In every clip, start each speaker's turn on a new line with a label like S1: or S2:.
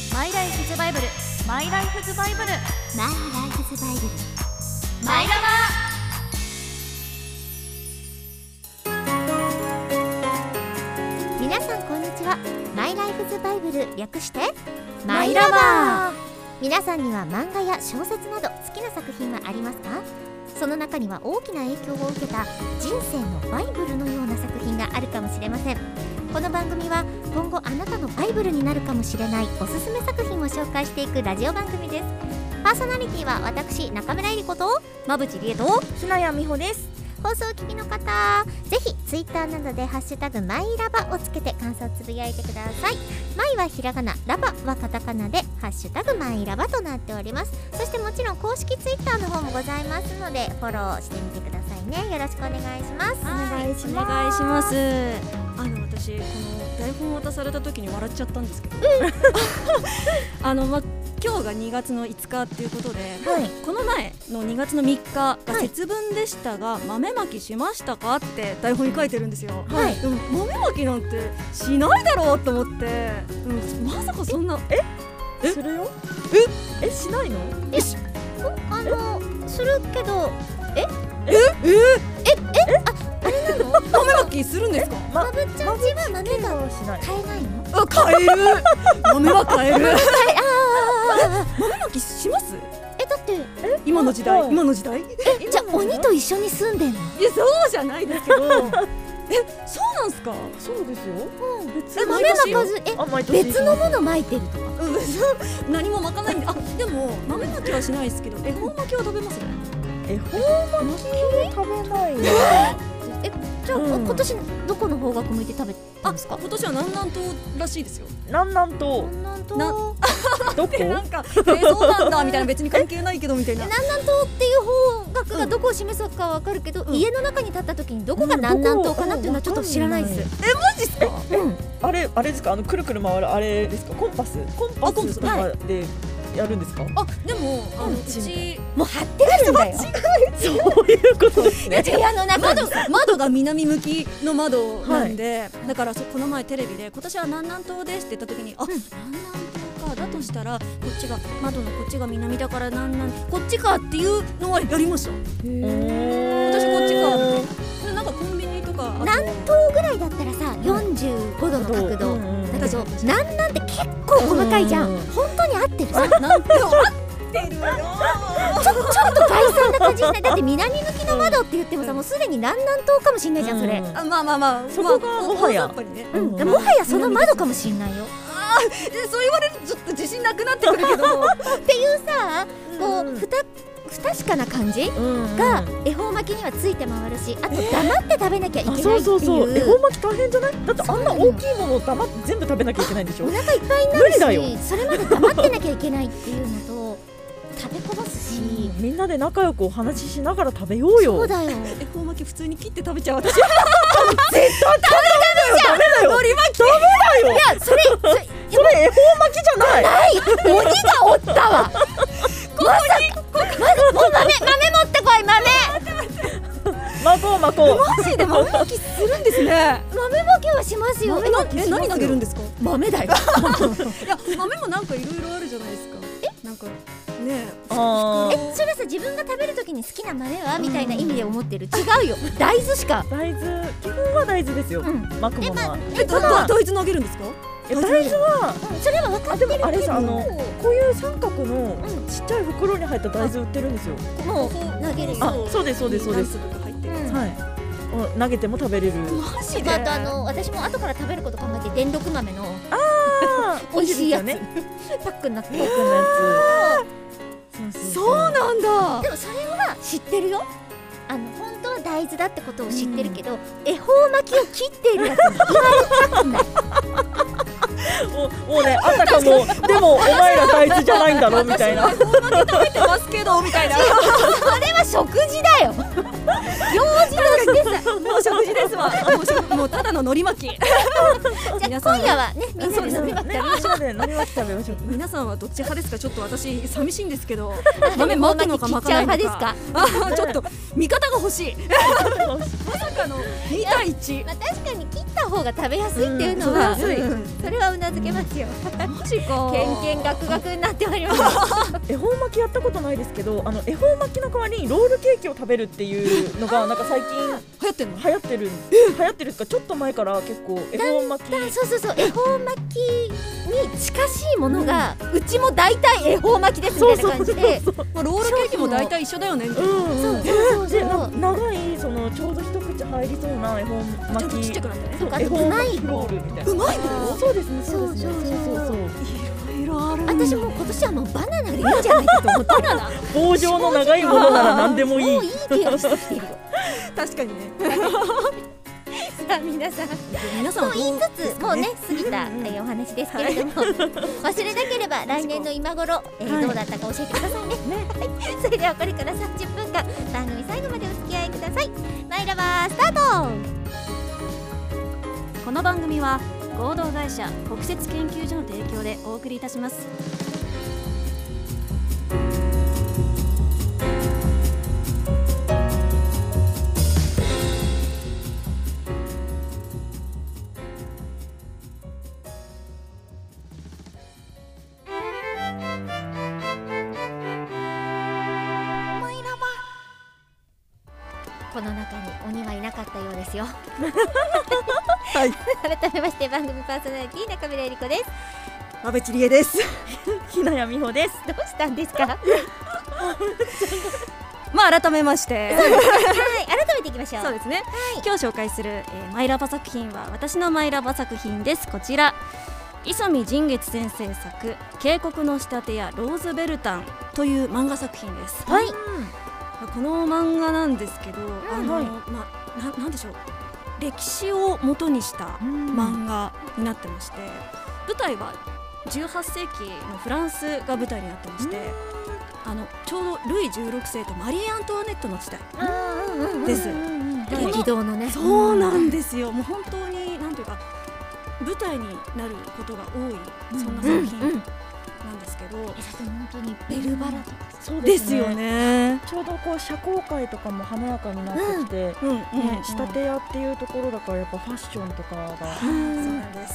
S1: イズバイブルマイライフズバイブル
S2: マイライフズバイブル
S1: マイラ
S2: 皆さんこんにちはマイライフズバイブル略して
S1: バマイラバー
S2: 皆さんには漫画や小説など好きな作品はありますかその中には大きな影響を受けた人生のバイブルのような作品があるかもしれませんこの番組は今後あなたのバイブルになるかもしれないおすすめ作品を紹介していくラジオ番組ですパーソナリティは私中村えり子と馬淵理恵と
S1: ひなやみほです
S2: 放送をお聞きの方ぜひツイッターなどで「ハッシュタグマイラバ」をつけて感想をつぶやいてくださいマイはひらがなラバはカタカナで「ハッシュタグマイラバ」となっておりますそしてもちろん公式ツイッターの方もございますのでフォローしてみてくださいねよろしくお願いします
S1: お願いしますあの私この台本渡された時に笑っちゃったんです けど、あのま今日が2月の5日っていうことで、
S2: はい
S1: この前の2月の3日が
S2: い
S1: 節分でしたが、豆まきしましたかって台本に書いてるんですよ、
S2: はい
S1: でも豆まきなんてしないだろうと思って、うん、まさかそんなええするよええしないの
S2: よしあのするけど
S1: え
S2: なの
S1: 豆まきするんですか
S2: まぶっちゃんちは豆が
S3: しない。
S2: 買えないの
S1: あカエル 豆はカエル
S2: ああ
S1: 豆まきします
S2: えだって
S1: 今の時代
S3: うん
S1: 今の時代
S2: えじゃあ鬼と一緒に住んでんの
S1: いやそうじゃないですけ どえそうなんすか
S3: そうですよ。
S1: 別
S2: え
S1: に
S2: 豆
S1: 毎年
S2: まかずえ
S3: あ、毎年。
S2: 別のもの撒いてるとか
S1: うん そう何も巻かないんであでも豆まきはしないですけど恵方巻きは食べますね
S3: 恵方巻き食べない。
S2: えじゃあ、
S3: うん
S2: 今年どこの方角向いて食べたんですか
S1: 今年は南南東らしいですよ
S3: なんなんと
S2: 南東
S1: な
S3: どこ？
S1: でなんか、えーそうなんだみたいな別に関係ないけどみたいな
S2: 南南東っていう方角がどこを示すかは分かるけど、
S1: うん
S2: 家の中に立った時にどこが南南東かなっていうのはちょっと知らないです、
S1: えマジっすか
S3: あれあれですか？あのくるくる回るあれですか？コンパス？コン
S1: あコンパ
S3: パ
S1: ス
S3: スとかでやるんですか？
S1: あでもあのう
S3: うち
S1: ち
S2: もう貼ってあるんだよ
S3: そういうことですね。
S2: 部屋の中に
S1: 窓窓が南向きの窓なんで、だからそこの前テレビで今年は南南東ですって言った時にあ、南南東かだとしたらこっちが窓のこっちが南だから南南こっちかっていうのはやりました私こっちかでなんかコンビニとかあと
S2: 南東ぐらいだったらさ45度の角度、
S3: うんうん
S2: だけど南南って結構細かいじゃん、
S3: うんうんうん
S2: 本当に合ってるさ
S1: 南東合ってるよ
S2: ちょちょっと概算な感じ しないだって南向きの窓って言ってもさもうすでに南南東かもしんないじゃんそれ、
S3: うん
S1: あまあまあまあ
S3: そこが
S1: まあ
S3: もはや
S1: っぱりね
S2: う
S3: うんん
S2: もはやその窓かもしんないよ
S1: でそう言われるとちょっと自信なくなってくるけど
S2: っ ていうさこ
S3: う
S2: うんふた不確かな感じ
S3: うん
S2: が
S3: うん
S2: 恵方巻きにはついて回るしあと黙って食べなきゃいけ
S3: あ、
S2: ないって
S3: そうそうそう。
S2: い
S3: 恵
S2: う
S3: 方巻き大変じゃない？だってあんな大きいものを黙って全部食べなきゃいけないんでしょ
S2: お？腹いっぱいにな
S3: 無理だ
S2: る
S3: よ
S2: しそれまで黙ってなきゃいけないっていうのと食べこぼすし
S3: みんなで仲良くお話ししながら食べようよ。
S2: そうだよ
S1: 恵方巻き普通に切って食べちゃう私
S3: ダメだよ。海苔巻き。ダメだよ。
S2: いやそれそれ
S3: それ恵方巻きじゃない。
S2: 鬼がおった わ。まさか、まず、もう豆、豆持ってこい、豆。
S3: 巻こう巻こう。
S1: マジで豆まきするんですね
S2: 豆まきはしますよ。
S1: 豆
S2: え
S1: な
S2: なん
S1: え何投げるんですか
S2: 豆 だよ。
S1: いや豆もなんかいろいろあるじゃないですか。えなんかねえ
S3: あー
S2: え、それはさ、自分が食べるときに好きな豆はみたいな意味で思ってる。違うよ。大豆しか。
S3: 大豆基本は大豆ですよ。
S2: うん。
S3: 巻くものは。
S1: えど
S3: ただ
S1: どどいつ投げるんですか？
S3: え大豆は
S2: それは分かってるけど。
S3: あでもあれさあのこういう三角の
S2: ん
S3: ちっちゃい袋に入った大豆売ってるんですよ。
S2: もう投げる
S3: あ
S2: よ。、
S3: そうですそうですそうです。
S1: 何粒か入ってるや
S2: うん
S3: はい。お投げても食べれる。
S1: つ。マジで。
S2: まあ、あとあの私も後から食べること考えて電力豆の
S3: あー
S2: 美味しいやつ
S3: 美味ですよね。
S2: パックになってる
S3: 僕のやつ。
S1: そうなん
S2: で
S1: だ。
S2: もそれは知ってるよあの本当は大豆だってことを知ってるけど、恵方巻きを切っている やつに言われたくない
S3: もうもうねあた かもでもお前ら大豆じゃないんだろみたい な。
S1: 私も恵方巻き食べて ますけどみたいな。
S2: それは食事だよ用事としてさ
S1: の食事です わあもうしょもうただの海苔 巻き
S2: じゃあ
S1: 皆さ ん
S2: 今
S1: は
S2: 夜はねみんなで飲みまし
S3: ね、みんなで飲みまし食べましょう。
S1: 皆さんはどっち派ですかちょっと私寂しいんです けど豆まくのかまかないのか
S2: 切っちゃう
S1: あ ーちょっと味方 が欲しいまさかの2対1
S2: まあ確かに切った方が食べやすいっていうの
S3: うん
S2: は、
S3: 食べやすい
S2: うんそれはうなずけますよ
S1: マジか
S2: けんけんがくがくになっております
S3: 恵方巻きやったことないですけど、あの恵方巻きの代わりにロールケーキを食べるっていうのがなんか最近
S1: 流行ってんの
S3: 流行ってる流行ってるっすかちょっと前から結構恵方巻き
S2: そうそうそう恵方巻きに近しいものが、うちも大体恵方巻きですみたいな感じでそう
S1: まあロールケーキも大体一緒だよねみたいな
S3: うん
S2: そううんそう
S3: で
S2: そ
S3: な
S2: う
S3: 長いそのちょうど一口入りそうな恵方
S1: ちょ
S3: 巻
S1: っとちっちゃ
S3: き
S1: くなってね
S2: そうか
S3: 恵方巻き
S2: うまい
S3: ロールみたいうな
S1: まいの
S3: そうですねそうですね
S2: そうそうそう
S3: そう
S1: いろいろあるんだ
S2: 私もう今年はもうバナナでいいんじゃないかと思って
S3: 棒状の長いものなら何でもいい
S2: もういい気がしてきている
S1: 確かにね
S2: さあ皆さん
S1: 皆さん
S2: と
S1: は
S2: 言い
S1: どう
S2: つつ、もうね過ぎた
S3: うんうん
S2: えーお話ですけれども、忘れなければ来年の今頃、えー
S3: はい
S2: どうだったか教えてくださいね。はい、それではこれから30分間番組最後までお付き合いください。マイラバースタート。
S1: この番組は合同会社国設研究所の提供でお送りいたします
S2: この中に鬼はいなかったようですよ。
S3: はい
S2: 改めまして番組パーソナリティ中村えり子です。
S3: 安倍千里恵です ひなやみほです
S2: どうしたんですか。はい
S1: まあ改めまして
S2: 改めていきましょう。
S1: そうですね、今日紹介する、えーマイラバ作品は私のマイラバ作品ですこちら磯見仁月先生作「渓谷の仕立てやローズベルタン」という漫画作品です、
S2: はい。
S1: この漫画なんですけど、あの
S3: はい
S1: まあななんでしょう歴史を元にした
S3: あ
S1: 漫画になってまして、舞台は18世紀のフランスが舞台になってまして、あのちょうどルイ16世とマリー・アントワネットの時代です
S2: うん
S1: はい
S2: 激動のね。
S1: そうなんですよ、もう本当になんていうか舞台になることが多いそんな作品
S2: うん
S1: なんですけど、
S2: 本当にベルバラとか
S3: そう
S1: ですよね。
S3: ちょうどこう社交界とかも華やかになってきて、ね
S1: うんうん
S3: 仕立て屋っていうところだからやっぱファッションとかが
S1: そうなんです。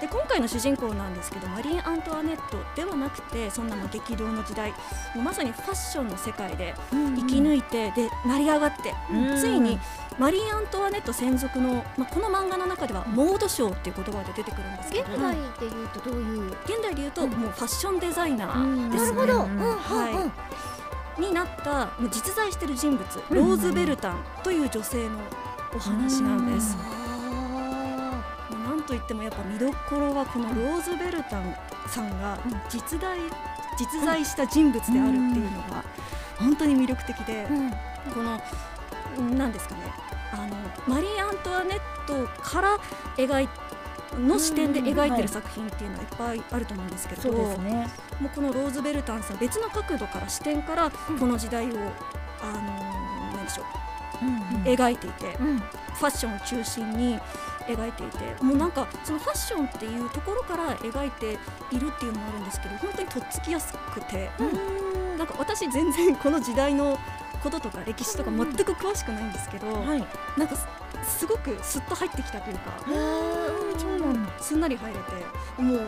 S1: で今回の主人公なんですけどマリーン・アントワネットではなくてそんなもう激動の時代もうまさにファッションの世界で生き抜いて、で成り上がって、
S3: うん
S1: ついにマリーン・アントワネット専属の、まあ、この漫画の中ではモードショーっていう言葉で出てくるんですけ
S2: 現
S1: ど
S2: 代でいうとどういう。
S1: 現代で言うともうファッションデザイナー、
S3: ん
S1: ですね
S2: なるほど。
S3: う
S2: うんんうんうん
S1: はになったもう実在してる人物ローズベルタンという女性のお話なんです。
S2: あ
S1: もうなんといってもやっぱ見どころはこのローズベルタンさんが
S2: うん
S1: 実在実在した人物であるっていうのが本当に魅力的で
S2: ーうん
S1: この何ですかねあのマリー・アントワネットから描いの視点で描いてる作品っていうのはいっぱいあると思うんですけれ
S3: そ
S1: ど
S3: うですね
S1: もうこのローズベルタンさん別の角度から視点からこの時代を、あのー何でしょう描いていて、
S2: うん
S1: ファッションを中心に描いていてもうなんかそのファッションっていうところから描いているっていうのもあるんですけど本当にとっつきやすくて、なんか私全然この時代のこととか歴史とか全く詳しくないんですけど、
S3: はい
S1: なんかすすごくすっと入ってきたというか
S3: そうなんだ
S1: すんなり入れても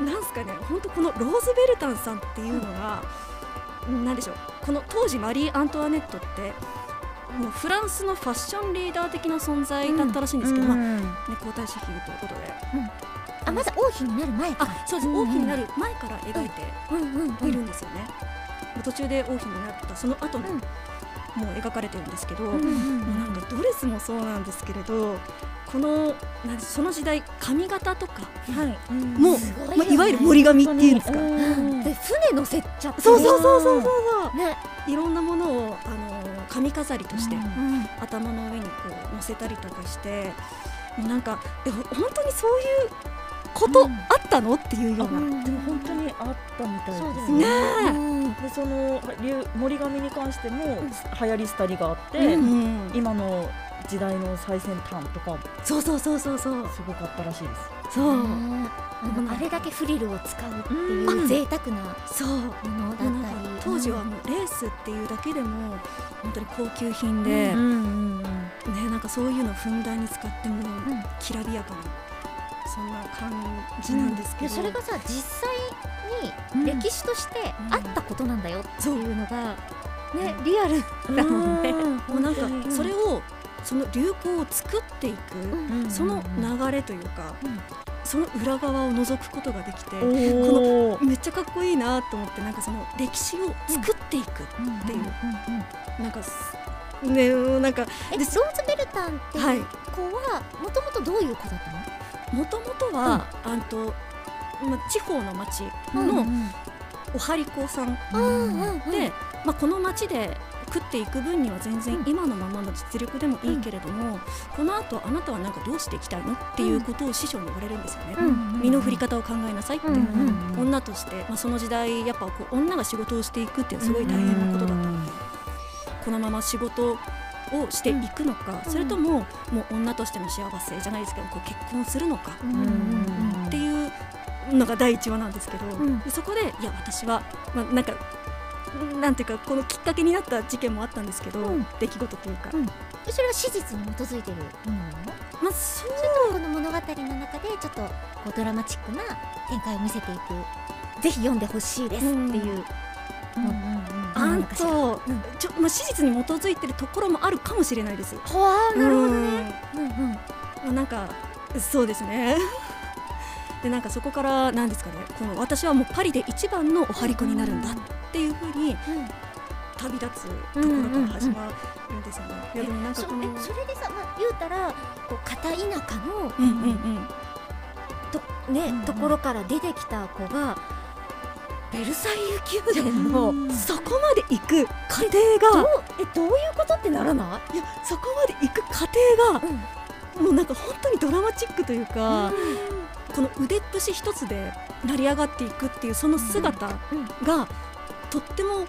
S1: うなんすかね本当このローズベルタンさんっていうのが、なんでしょうこの当時マリー・アントワネットってもうフランスのファッションリーダー的な存在だったらしいんですけど、まあね、皇太子妃ということで
S2: あまだ王妃になる前か
S1: あそうです、
S3: うんうん
S1: 王妃になる前から描いて
S2: うんうんうん
S1: いるんですよね、途中で王妃になったその後も、
S2: うん
S1: もう描かれてるんですけど、
S2: うんうん
S1: もうなんかドレスもそうなんですけれどこのなんでその時代髪型とか、
S3: はい
S1: もう
S2: すごいよ
S1: ま
S2: ね
S1: あ、いわゆる森紙っていうんですか、
S3: うん
S2: で船乗せちゃって
S1: そうそうそうそうそうそう
S2: うね
S1: いろんなものをあの髪飾りとして、
S3: うん
S1: 頭の上にこう乗せたりとかしてもうなんかえほ本当にそういうこと、
S2: うん
S1: あったのっていうような、
S2: うん
S3: でも本当にあったみたいです
S2: そう
S1: ね
S3: ね
S2: う
S1: え
S2: ん
S3: でその流森紙に関しても流行り廃りがあって、
S1: うん
S3: 今の時代の最先端とか
S1: そうそうそうそうそう
S3: すごかったらしいです
S1: そううん
S2: あのあれだけフリルを使うってい
S1: うん
S2: う贅沢な
S1: そう
S2: ものだ
S1: もう
S2: っ
S1: なん
S2: たり
S1: か当時はもうレースっていうだけでも本当に高級品
S2: うん
S1: で、
S2: うんうんうん
S1: ねなんかそういうのふんだんに使っても
S2: ん
S1: きらびやかな、そんな感じなんですけど、
S2: いやそれがさ実際に歴史としてあったことなんだよっていうのが、ねリアルだもんね。
S1: もうなんかそれ
S2: を、
S1: をその流行を作っていく、
S2: うん
S1: その流れというか、
S2: うん
S1: その裏側を覗くことができて、
S3: おお
S1: めっちゃかっこいいなと思ってなんかその歴史を作っていく、
S2: って
S1: いうん
S2: んうん
S1: なんかすねもうなんか
S2: えローズベルタンって
S1: はいいう
S2: 子はもともとどういう子だった
S1: もともとは、あんとまあ、地方の町
S2: の？
S1: の
S2: うんうん
S1: おはりこさんで、
S2: うんうんうん
S1: まあ、この町で食っていく分には全然
S2: うん
S1: 今のままの実力でもいいけれども、この後あなたはなんかどうしていきたいのっていうことを師匠に言われるんですよね。
S2: うん
S1: 身の振り方を考えなさいって、
S2: うんうんうん
S1: 女として、まあ、その時代やっぱこう女が仕事をしていくっていうのはすごい大変なことだったこのまま仕事をしていくのか、
S2: うん
S1: それとももう女としての幸せじゃないですけどこう結婚するのか
S2: うんうん
S1: っていうのが第一話なんですけど、
S2: ん
S1: でそこでいや私は、まあ、なんかなんていうかこのきっかけになった事件もあったんですけど、
S2: うん
S1: 出来事というか、
S2: うんうんそれは史実に基づいてるものなの？
S1: まあそう
S2: この物語の中でちょっとこうドラマチックな展開を見せていくぜひ読んでほしいですっていう、ものな
S1: あん
S2: のかしら
S1: と、
S2: うん
S1: ちょまあ、史実に基づいてるところもあるかもしれないです。
S2: ほわーなるほどね、
S1: ね
S2: うんうん、
S1: まあ、なんかそうですね でなんかそこからなんですかねこの私はもうパリで一番のおはりこになるんだっていうふうに旅立つところから始まるんですよね。いやでもなんか
S2: そ
S1: この
S2: えそれでさ、まあ、言うたらこう片田舎の
S1: うんうんうん
S2: と,、ね
S3: うんうん
S2: ところから出てきた子がベルサイユ宮殿の
S3: うん
S2: そ
S1: そこまで行く過程
S2: ど
S1: が
S2: うえどういうことってならない
S1: やそこまで行く過程が
S2: い、うん
S1: もうなんか本当にドラマチックというか、
S2: う
S1: この腕っぷし一つで成り上がっていくっていうその姿が、
S2: うんうん
S1: とっても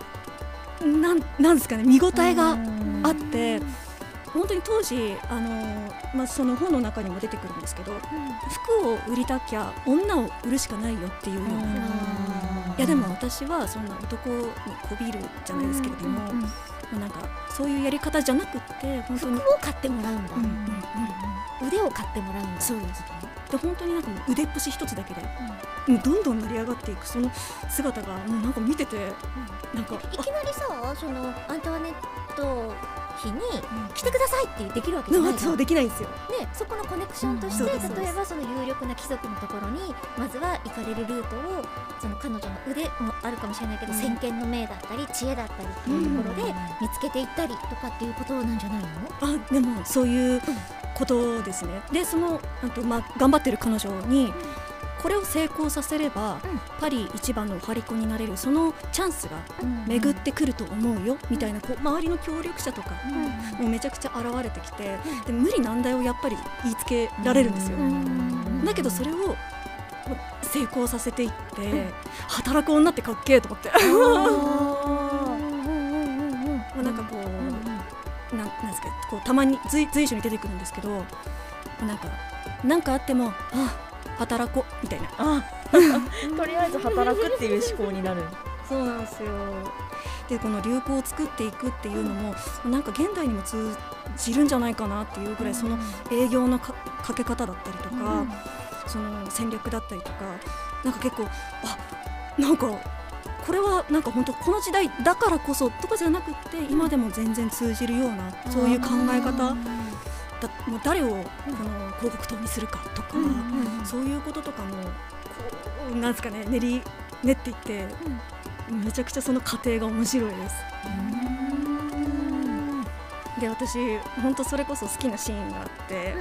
S1: なんなんですかね見応えが、
S2: ん
S1: あって本当に当時あのー、まあ、その本の中にも出てくるんですけど服を売りたきゃ女を売るしかないよっていうような、
S3: うん
S1: いやでも私はそんな男に媚びるじゃないですけれども、
S2: うんうんうん
S1: もうなんかそういうやり方じゃなくって本当に、
S2: 服を買ってもらうんだ、
S1: うんうん
S2: 腕を買ってもらうんだ
S1: そうですねで本当になんかもう腕っぷし一つだけで、もうどんどん成り上がっていくその姿がもうなんか見てて、なんか
S2: いきなりさそのアントワネット妃に来てくださいってできるわけじゃ
S1: な
S2: なんい
S1: か
S2: じゃ、
S1: そうんできないんですよ。
S2: ね、そこのコネクションとして、
S1: うんそうです
S2: 例えばその有力な貴族のところにまずは行かれるルートをその彼女の腕もあるかもしれないけど、
S1: うん
S2: 先見の明だったり知恵だったりっていうところで見つけていったりとかっていうことなんじゃないの、
S1: あでもそういうことですね、でそのあと、まあ、頑張ってる彼女に、これを成功させれば、
S2: うん
S1: パリ一番のお張り子になれるそのチャンスが巡ってくると思うよ、みたいなこう周りの協力者とか
S2: うん
S1: もうめちゃくちゃ現れてきて、で無理難題をやっぱり言いつけられるんですよ、
S2: うんうん
S1: だけどそ
S3: れ
S1: れをまあ成功させていって、働く女ってかっけえと思って、
S2: うんうんうんうんうん
S1: もう なんかこう、
S2: うん
S1: なんなんですかこうたまに随随所に出てくるんですけどなんかなんかあってもあ働こうみたいな
S3: あ とりあえず働くっていう思考になる
S1: そうなんですよでこの流行を作っていくっていうのもなんか現代にも通じるんじゃないかなっていうぐらいその営業のかかけ方だったりとか、その戦略だったりとかなんか結構あなんかこれはなんか本当この時代だからこそとかじゃなくって今でも全然通じるようなそういう考え方だもう誰をこの広告塔にするかとか、
S2: うん
S1: そういうこととかもこうなんですかね練り練っていって、めちゃくちゃその過程が面白いです。で私本当それこそ好きなシーンがあって、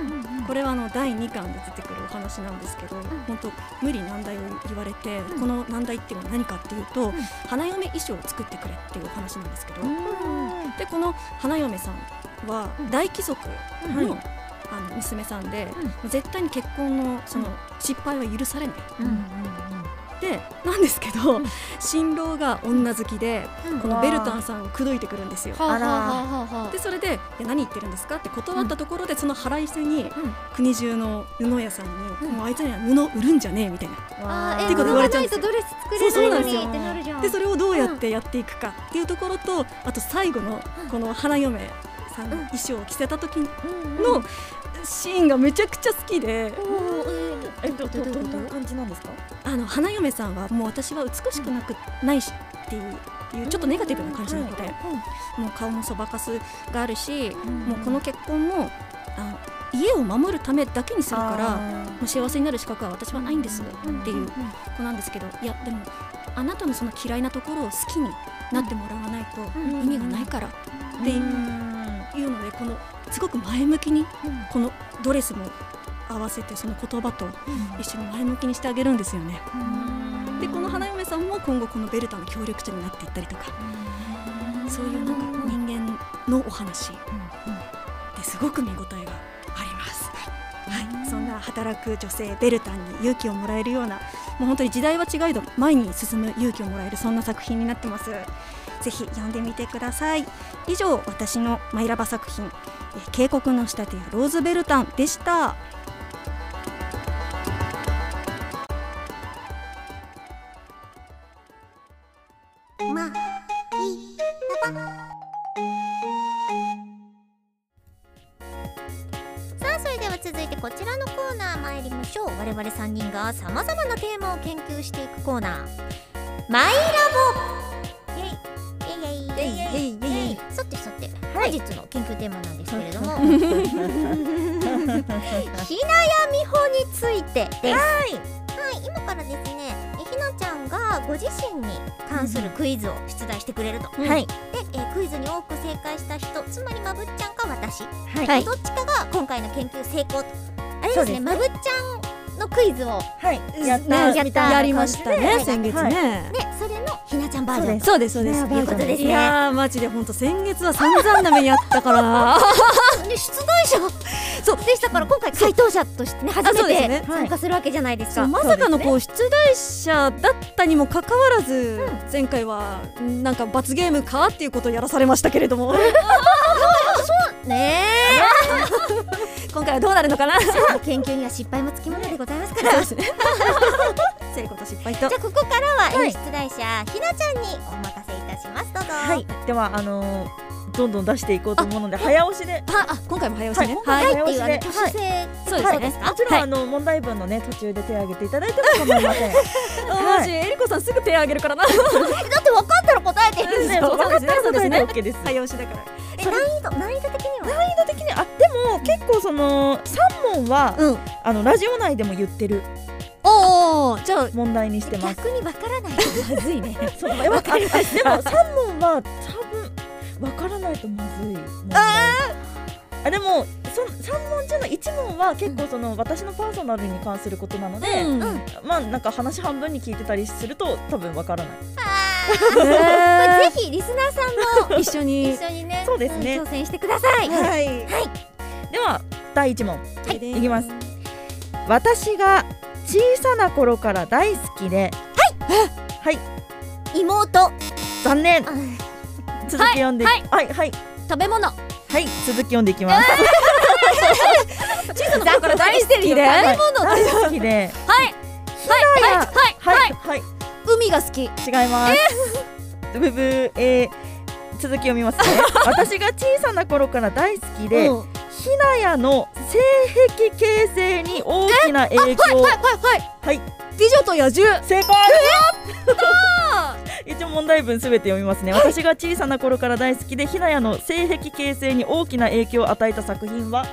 S1: これはあの第2巻で出てくるお話なんですけど、本当無理難題を言われて、
S2: うん
S1: この難題っていうのは何かっていうと、
S2: ん
S1: 花嫁衣装を作ってくれっていうお話なんですけど、でこの花嫁さんは
S2: うん
S1: 大貴族の,、
S3: うん
S1: あの娘さんで、絶対に結婚のその失敗は許されない、ででなんですけど新郎が女好きで
S2: うん
S1: このベルタンさんを口説いてくるんですよ。
S2: あら
S1: でそれで「いや何言ってるんですか?」って断ったところでその腹いせに
S2: ん
S1: 国中の布屋さんに「もうあいつには布売るんじゃねえ」みたいな
S2: あ
S3: わ
S2: ーえ
S1: て
S2: 布
S1: こと言わ
S2: が
S1: れち
S2: な
S1: ゃうん
S2: い
S1: です
S2: と
S1: よ
S2: ドレス作れないのに
S3: そうそうなんですよ
S2: ってなるじゃん
S1: でそれをどうやってやっていくかっていうところと、あと最後のこの花嫁さんの衣装を着せた時の
S2: うん
S1: シーンがめちゃくちゃ好きで、
S2: おーえー
S3: えどどど
S2: ど
S3: んな
S2: ど
S3: 感じなんですか
S1: あの花嫁さんはもう私は美しくなく、ないしっていう。っていうちょっとネガティブな感じなので、もう顔もそばかすがあるし、もうこの結婚もあ家を守るためだけにするからもう幸せになる資格は私はないんですっていう子なんですけどいやでもあなたのその嫌いなところを好きになってもらわないと
S2: うん
S1: 意味がないからってい
S3: う
S1: う
S3: ん
S1: いうのでこのすごく前向きに
S2: うん
S1: このドレスも合わせてその言葉と一緒に前向きにしてあげるんですよね。でこの花嫁さんも今後このベルタの協力者になっていったりとかそういうなんか人間のお話ですごく見応えがあります。はい、そんな働く女性ベルタンに勇気をもらえるようなもう本当に時代は違いど前に進む勇気をもらえるそんな作品になってますぜひ読んでみてください以上私のマイラバ作品えー渓谷の仕立てやローズベルタンでした
S2: まあさあそれでは続いてこちらのコーナー参りましょう我々3人がさまざまなテーマを研究していくコーナー「マイラボ」イェイイェイイェイイェイイェイそってそって本日の研究テーマなんですけれども、 ひなやみほについてです。はい、今からですね、えひなちゃんがご自身に関するクイズを出題してくれると。
S1: う
S2: で、
S1: ん
S2: えークイズに多く正解した人、つまりまぶっちゃんか私、
S3: はい
S2: どっちかが今回の研究成功と。あ
S3: そ
S2: れで
S3: う
S2: す
S3: ですね
S2: ね、まぶっちゃんのクイズを、
S3: はいやっ
S1: ね
S3: た
S2: やった
S1: やりましたね
S2: はい
S1: 先月ね、
S2: で、それのひなちゃんバージョンと。
S1: そうですそうです
S3: ねバージョン
S2: ということですね
S1: いやーマジで本当先月は散々な目にあったから
S2: で出題者がそうでしたから今回回答者としてね初
S1: そうで
S2: め
S1: す
S2: て
S1: ね
S2: 参加するわけじゃないです
S1: そ
S2: か。
S1: うまさかのこう出題者だったにもかかわらず、前回はなんか罰ゲームかっていうことをやらされましたけれども
S2: ねえ。
S1: 今回はどうなるの かなそ
S2: 研究には失敗もつきものでございますか
S1: う
S2: ら。
S1: ですね成功と失敗と
S2: じゃあここからは、
S3: はい
S2: 演出題者ひなちゃんにお任せいたしますどうぞ
S3: はいではあのーどんどん出していこうと思うので早押しで
S1: ああ今回も早押しね、
S3: はい
S1: はい
S2: っていうあの
S3: はい
S2: 挙手制、
S1: そうです
S3: は
S1: ね
S3: い、もちろん、
S1: はい
S3: あの問題文のね途中で手を挙げていただいても構いません。
S1: あマジえりこさんすぐ手を挙げるからな
S2: だって分かったら答えてるん
S3: ね、
S1: そう
S3: 分かったら
S1: そうで
S3: 答
S1: す
S3: え
S1: ね
S3: て OK です。
S1: 早押しだから
S2: え難易度難易度的には
S3: 基本的にあでも結構その三問は、
S1: うん
S3: あのラジオ内でも言ってる
S1: おおじゃあ
S3: 問題にしてます。
S2: 逆に分からな いとまず いね
S3: そうわかります。でも三問は多分わからないとまずい問題。あでもそ三問中の一問は結構その、私のパーソナルに関することなので、
S1: うん
S2: うん
S3: まあなんか話半分に聞いてたりすると多分わからない。
S2: あー
S1: え
S2: ぜひリスナーさん
S1: ー一緒
S2: 一
S1: に
S2: 緒にね
S3: そうですね
S2: ん挑戦してください、
S3: い。では第一問。
S1: はい
S3: いきます私が小さな頃から大好きではい
S2: 妹
S3: 残念続き読んで
S1: はい
S3: はいはい
S1: 食べ物
S3: はい続き読んでいきます
S1: 小さな頃から大好きで
S3: は
S1: は
S3: い
S1: い
S3: 大好きで
S1: はいはい
S3: はいはい
S1: 海が好き
S3: 違いますブブーえー続き読み ますね私が小さな頃から大好きで
S1: うん
S3: ひなやの性癖形成に大きな影響
S1: はいはいはい
S3: はい
S1: 美女と野獣
S3: 正解 一応問題文すべて読みますね、私が小さな頃から大好きでひなやの性癖形成に大きな影響を与えた作品は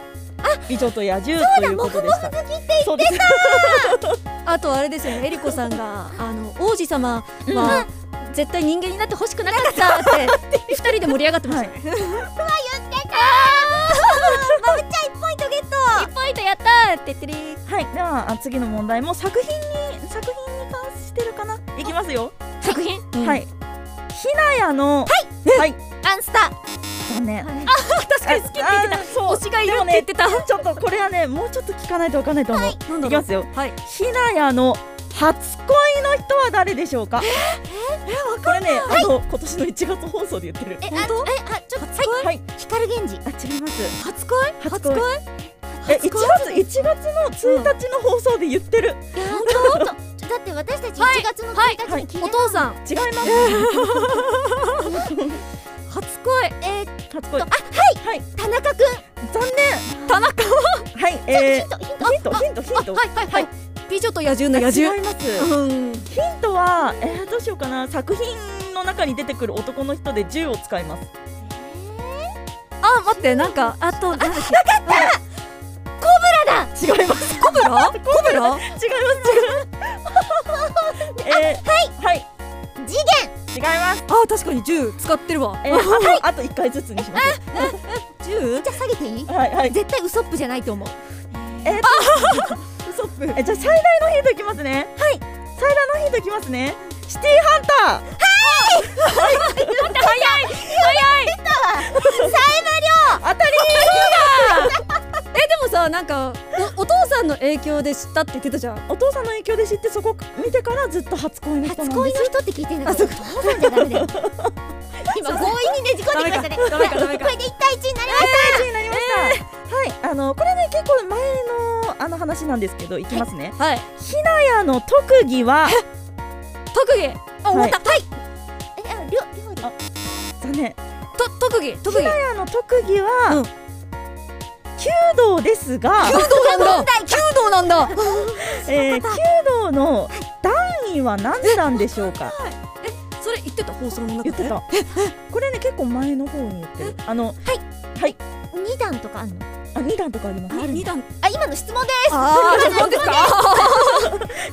S3: 美女と野獣ということでしたそうだモフモフ好きって言ってた
S1: あとあれですよねえりこさんがあの王子様は絶対人間になってほしくなかったって二人で盛り上がってましたね
S2: まぶっちゃん1ポイントゲット
S1: 1ポイントやったーって言ってる
S3: はい、ではあ次の問題も作品に作品に関してるかないきますよ、
S1: 作品
S3: はいひなやのはい、はい、
S2: アンスタ
S3: 残念
S2: は い
S3: 確かに好きって言ってたそう
S1: 推しがいるって言ってた
S3: ちょっとこれはねもうちょっと聞かないとわかんないと思う、
S1: なん
S3: い、
S1: だ
S3: き
S1: ろ
S3: ま
S1: う
S3: すよ
S1: はい
S3: ひなやの初恋の人は誰でしょうかこれねあの今年の1月放送で言ってる
S2: え
S1: 本当
S2: あえあちょっとはい
S3: はい
S2: 光源氏
S3: あ違います
S1: 初恋
S3: 初
S1: 初
S3: 恋
S1: 恋
S3: え1
S1: 初
S3: 月
S1: 恋
S3: 1月の1日の放送で言ってる
S2: いや本当 だって私たち1月の1日に聞いて
S1: お父さん
S3: 違います
S1: 初恋
S2: えー
S3: 初恋
S2: あ
S3: はい
S2: 田中くん
S3: 残
S1: 田中
S3: 念はいえ
S2: ヒントヒント
S3: ーヒントヒントヒント
S1: はいはいはい美女と野獣の野
S3: 違
S1: 獣
S3: います
S1: うん
S3: ヒントはえーどうしようかな作品の中に出てくる男の人で銃を使います
S1: あ待ってなんかあとなんだっけ
S3: 違います
S1: コブラコブラ
S3: 違います違いますえーはい
S2: 次
S3: 違います
S1: あ確かに銃使ってるわ
S3: えーあとあと1回ずつにします
S1: 銃
S2: じゃあ下げていい
S3: はいはい
S2: 絶対ウソップじゃないと思う
S3: えーと、ソップ。え、じゃあ最大のヒントいきますね。はい。最大のヒントいきますね。シティハン ター。はい。早い。早い。ヒントは。サイバリョ。当たり。
S1: えでもさなんかおお父さんの影響で知ったって言ってたじゃん
S3: お父さんの影響で知って、そこ見てからずっと初恋の人なん
S2: 初
S3: です。
S2: 恋の人って聞いてるんだけど
S1: あ
S2: 父さんじゃダメ だよ今強引にねじ込んできましたね
S1: ダメかダメかダメか
S2: これで1対1になりま
S3: 一位になりました。はい。あの、これね、結構前の、あの話なんですけど、いきますね。
S1: はい
S3: ひなやの特技は。
S1: 特技あ終わったはい
S2: すえありょりょうで
S3: あ残念。
S1: と特技特
S3: ひ
S1: 技
S3: なやの特技
S1: う
S3: は
S1: ん。
S3: 弓道ですが。
S1: 道なんだ弓道な んだ
S3: えー、弓道の段位は何なんでしょうか
S1: それ言ってた放送の中で
S3: 言ってたこれね結構前の方に言ってるあの
S2: 2段とかあるの
S3: あ2段とかあります
S1: あ二段
S2: あ今の質問で
S1: あー何ですか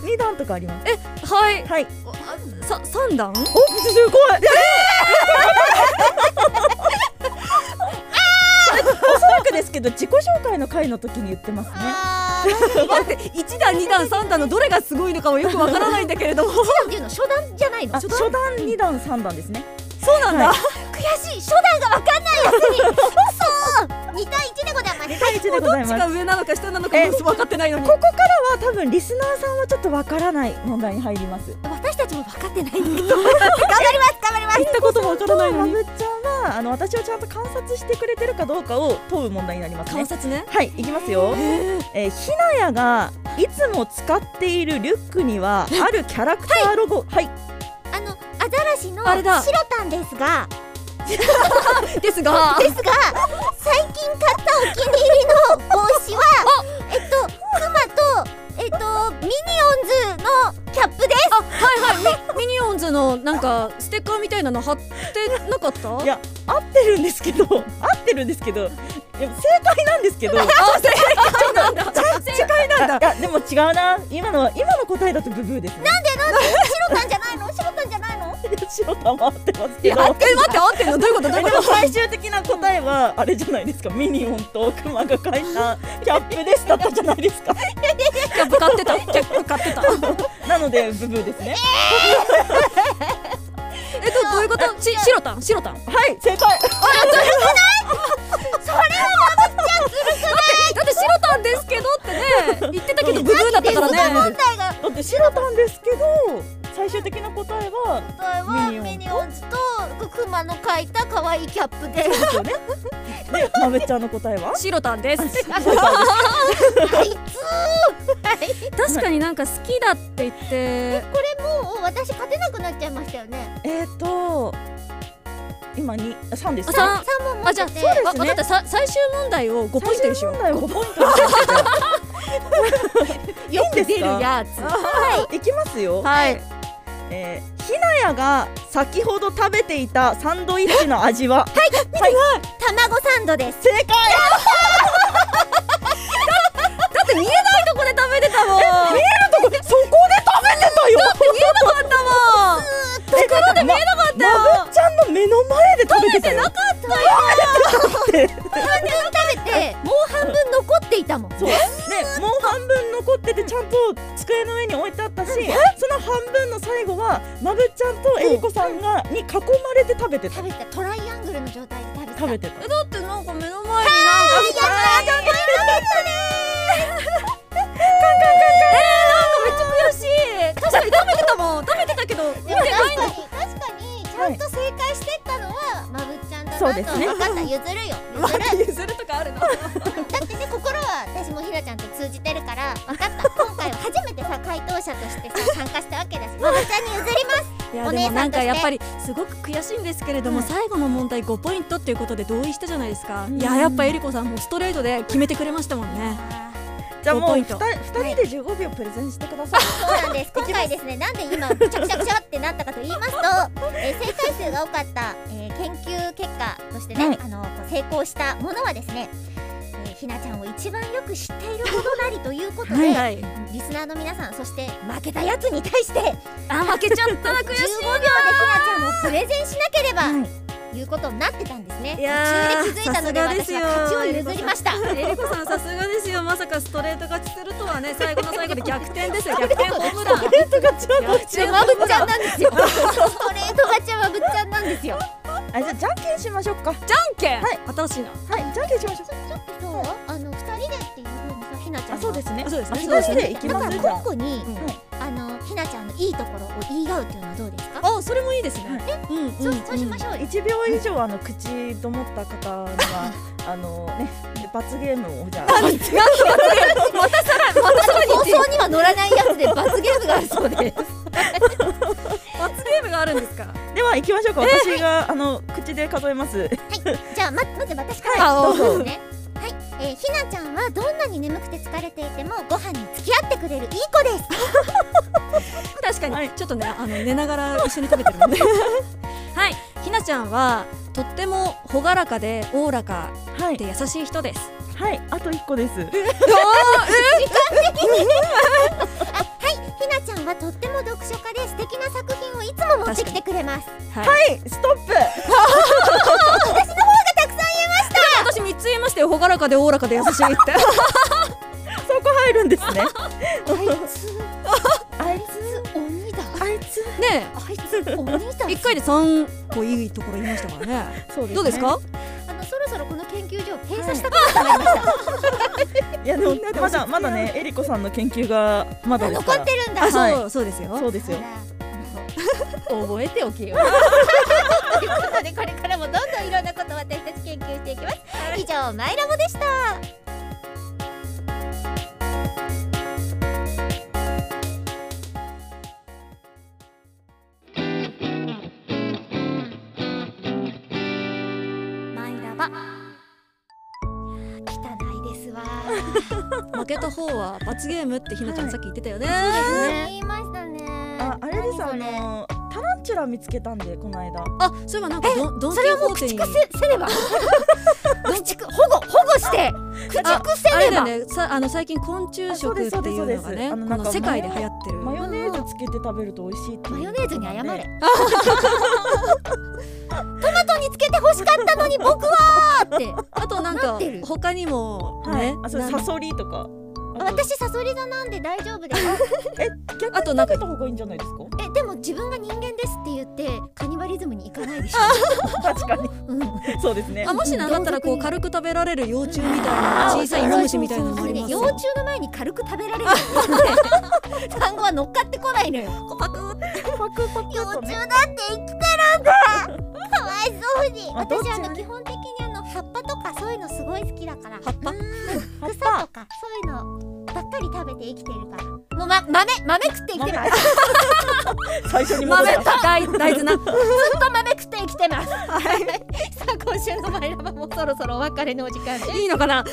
S3: 2段とかあります
S1: はい
S3: はい
S1: おあさ三段
S3: おすごいおそらくですけど自己紹介の回の時に言ってますね
S2: あ
S1: 待って一段二段三段のどれがすごいのかはよくわからないんだけれども
S2: ーっていうの初段じゃないの
S3: あ初段2段3段ですね
S1: そうなんだ
S2: 悔しい初段がわかんないやつに嘘2対1でございます
S3: 2対1でございま
S1: どっち
S3: す
S1: が上なのか下なのか
S3: え
S1: も分かってないのに
S3: ここからは多分リスナーさんはちょっとわからない問題に入ります
S2: 私たちも分かってないんだけど 頑張ります頑張ります
S3: 言ったこともわからないのに
S1: ま
S3: まぶっちゃんはあの私をちゃんと観察してくれてるかどうかを問う問題になりますね
S1: 観察ね
S3: はい行きますよえー、ひなやがいつも使っているリュックにはあるキャラクターロゴはい、
S2: あのアザラシの
S1: あれだ
S2: シロタンですが
S1: ですが
S2: ですが最近買ったお気に入りの帽子はえっとクマとえっとミニオンズのキャップです
S1: あはいはいミミニオンズのなんかステッカーみたいなの貼ってなかった
S3: いや合ってるんですけ ど合ってるんですけどいや正解なんですけど
S1: あ 正解なんだ正解なんだ
S3: いやでも違うな今のは今の答えだとブブーですね
S2: なんでなんでシロタンじゃないのシロタンじゃないの
S3: 白玉合ってます
S1: い
S3: け
S1: や
S3: ど
S1: あえ待って合ってんのどういうことどうい
S3: で
S1: うこ
S3: も
S1: と
S3: 最終的な答えは あれじゃないですかミニオンとクマが描いたキャップですだったじゃないですか
S1: キャップ買ってたキャップ買ってた
S3: なのでブブーですね
S1: えっとどういうことし白タン白タンだ
S3: はい正解
S1: って白タンですけどっ てね言ってたけどブブーだったから
S2: 問
S1: ね
S2: 題が
S3: だって白たんですけど最終的な答えは
S2: 答えはミニオンズとクマの描いた可愛いキャップ です
S3: ですよ ね。で、まめちゃんの答えは。
S1: 白タ ンです
S2: あいつはい
S1: 確かになんか好きだって言って
S2: これもう私勝てなくなっちゃいましたよね
S3: えっ、ー、と。今に、あ三です。
S1: 三
S2: 3問持
S1: あ
S2: っ
S1: じゃ
S2: て
S1: あ
S2: て
S1: わ分かったさ最終問題を5ポイントにしよう
S3: 最終問題は五ポイントです。
S2: よ
S3: く出る
S2: やつ
S3: いきますよ。
S1: はい
S3: えー、ひなやが先ほど食べていたサンドイッチの味は。
S2: 卵サンドです
S3: 正解。
S1: だって見えないとこで食べてたもん
S3: 見えるとこ、そこで食べてたよ。
S1: 見えなかったもん
S3: ところで見えなかったよ。ままぶっちゃんの目の前で食べてたよ。
S2: 半分食べてもう半分残っていたもん
S3: そうね、もう半分残っててちゃんと机の上に置いてあったしその半分の最後はまぶっちゃんとえりこさんがに囲まれて食べてた
S2: 食べたトライアングルの状態で食べてた
S3: 食べてた
S1: えだってなんか目の前
S2: い
S1: に
S2: やーちょっと
S1: なんかめっちゃ悔しい食
S3: そうですね
S2: 分かった譲るよ
S1: ま
S2: 譲る
S1: た譲るとかあるの
S2: だってね心は私もひらちゃんと通じてるから分かった今回は初めてさ回答者としてさ参加したわけだしママちゃんに譲ります
S1: いや
S2: お
S1: で
S2: 姉さんとして
S1: もなんかやっぱりすごく悔しいんですけれども、
S3: はい
S1: 最後の問題5ポイントっていうことで同意したじゃないですか、
S3: うん
S1: いややっぱえりこさんもうストレートで決めてくれましたもんね
S3: じゃあも
S1: 5ポ
S3: う
S1: イ
S3: 二
S1: ント
S3: 人二人で15秒プレゼンしてください
S2: そうなんです今回ですねなんで今くちゃくちゃくちゃってなったかと言い ますと、えー正解数が多かった、えー研究結果としてね、
S3: はい
S2: あのこう成功したものはですね、えーひなちゃんを一番よく知っていることなりということで、
S1: はい
S2: リスナーの皆さんそして負けたやつに対して15秒で
S1: あ負けちゃったな悔
S2: ひ
S1: し
S2: なちゃんをプレゼンしなければ、いうことになってたんですね
S1: い
S2: 途
S1: やー
S2: 中で気づいたので
S1: さすがです
S2: 私
S1: よ
S2: は勝ちを譲りました
S1: いえりこさんさすがですよまさかストレート勝ちするとはね最後の最後で逆転ですよ 逆転ホームラン逆
S2: で
S1: 転ホ
S2: まぶ
S1: ーム
S2: っちゃ
S1: ラ
S2: ん
S1: ン
S2: なんです よストレート勝ちはまぶっちゃんなんですよ
S3: あじゃあじゃんけんしましょうか
S1: じゃんけん、
S3: はい
S1: 新しいな
S3: はいじゃんけんしましょう
S2: ちょっとさ、あの二人でっていうふうにさ、ひなちゃんが。
S3: あそうですね
S1: あそうです
S3: あ
S1: ね
S3: 二
S1: そうです
S3: 人
S1: ね
S3: でいきま
S2: だ
S3: す
S2: か
S3: じゃ
S2: ら
S3: あ
S2: 交互に、
S1: うん
S2: あのひなちゃんのいいところを言い合うっていうのはどうですか？
S1: あそれもいいですね、うんうん
S2: そうそうしましょうよ。
S3: 1秒以上あの口と思った方にはあのね罰ゲームをじゃあ
S1: なんとまたさらまたさらに
S2: 放送には乗らないやつで罰ゲームがあるそうです。
S1: 罰ゲームがあるんですか
S3: では行きましょうか私が、あの口で数えます
S2: じゃあままず私か
S1: は
S2: らど
S1: い
S2: う
S1: どう
S2: ぞ
S1: ぞ
S2: ね。はい、えー、ひなちゃんはどんなに眠くて疲れていてもご飯に付き合ってくれるいい子です。
S1: 確かに、
S3: はい
S1: ちょっとねあの寝ながら一緒に食べてるんで はいひなちゃんはとっても朗らかでおおらか
S3: はい
S1: で優しい人です
S3: はいあと一個です
S2: ひなちゃんはとっても読書家で素敵な作品をいつも持ってきてくれます。
S1: はい、
S3: はいストップ
S1: 私三つ言いましたよ朗らかでおおらかで優しいって
S3: そこ入るんですね
S2: あいつ、
S3: あい
S2: つ鬼だ。
S3: つあいつ
S1: ね
S2: あいつ鬼だ
S1: え一回で三個いいところ言いましたからね
S3: そうですね
S1: どうですか
S2: あのそろそろこの研究所を閉鎖したことになりました。
S3: いやでもまだまだねえりこさんの研究がまだです
S2: 残
S3: か
S2: っ
S3: ら
S2: てるんだ。
S1: あそう、
S3: は
S1: そうですよ
S3: そうですよ
S2: 覚えておけよ。ということでこれからもどんどんいろんなことを私たち研究していきます。以上マイラボでした。マイラバ。汚いです わ。
S1: 負けた方は罰ゲームってひなちゃんさっき言ってたよね、
S2: 言いましたね。
S3: ああれですあ
S2: 何それ
S3: のタランチュラ見つけたんでこの間
S1: あそういえばなんかどドン・キ
S2: それ
S1: ホ
S2: をもう
S1: ーテに
S2: 駆逐せせれ ば駆逐保護保護して駆逐せ
S1: あれ
S2: れ
S1: だ
S2: ば
S1: よねさあの最近昆虫食っていう
S3: あ
S1: のがね
S3: そうですそうですそうですあの
S1: こ
S3: なん
S1: の
S3: か
S1: 世界で流行ってる
S3: マヨネーズつけて食べると美味しいっていう
S2: マヨネーズに 謝れトマ
S3: ね
S2: トにつけて欲しかったのに僕はーって
S1: あとなん
S2: なっ
S1: か
S2: てる
S1: 他にも
S3: はい、
S1: ね、
S3: あそう
S1: なん
S3: サソリとかあと
S2: 私サソリ座なんで大丈夫です
S3: え逆に
S1: あとなんか
S3: 食べた方がいいんじゃないですか
S2: えでも自分が人間ですって言ってカニバリズムに行かないでしょ、
S3: 確かに
S2: うん、あ
S3: そうですね
S1: あもしなんだったらこ
S2: 同族
S1: う
S2: に
S1: 軽く食べられる幼虫みたいな小さい芋虫みたいなのもあ
S2: の
S1: り
S2: ね
S1: ます
S2: 幼
S1: よ。
S2: 虫の前に軽く食べられる 単語は乗っかってこないのよパ
S3: パ
S2: ク
S3: クパク
S2: 幼
S3: と
S2: 虫
S3: ね
S2: だって生きてるんだかわいそうに
S3: まあどっ
S2: 私
S3: ち
S2: あ
S3: もね
S2: の基本的にあの葉っぱとかそういうのすごい好きだから
S1: 葉っぱ
S2: うん
S3: 葉っ
S2: 草
S3: ぱ
S2: とかそういうのばっかり食べて生きてるからもう、ま、豆豆食って生きてます
S3: 最初に戻
S1: 豆
S3: し
S1: と大大豆な。
S2: ずっと豆食って生きてます さあ今週の「マイラバ」もそろそろお別れのお時間です
S1: いいのかな。
S2: こ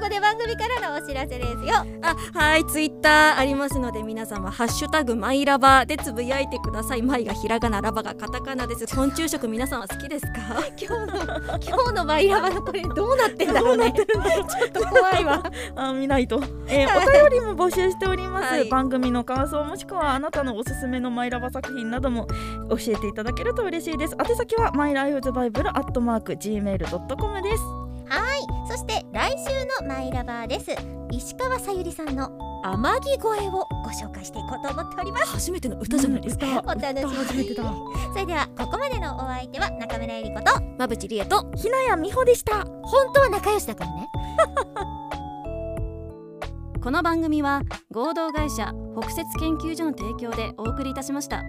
S2: こで番組からのお知らせですよ
S1: あはいツイッターありますので皆様ハッシュタグマイラバでつぶやいてください。マイがひらがなラバがカタカナです。昆虫食皆さんは好きですか？
S2: 今日の今日の「マイラバ」のこれどうなってんだろう ねちょっと怖いわ
S3: あ見ないと、えーお便りも募集しております、
S1: はい
S3: 番組の感想もしくはあなたのおすすめのマイラバ作品なども教えていただけると嬉しいです宛先はマイライフズバイブルアットマーク gmail.com です
S2: そして来週のマイラバーです石川さゆりさんの天城越えをご紹介していこうと思っております
S1: 初めての歌じゃないですか。
S2: お楽しみにそれではここまでのお相手は中村えり子と
S1: まぶちりえと。
S3: ひなやみほでした
S2: 本当は仲良しだからね
S1: この番組は合同会社北雪研究所の提供でお送りいたしました。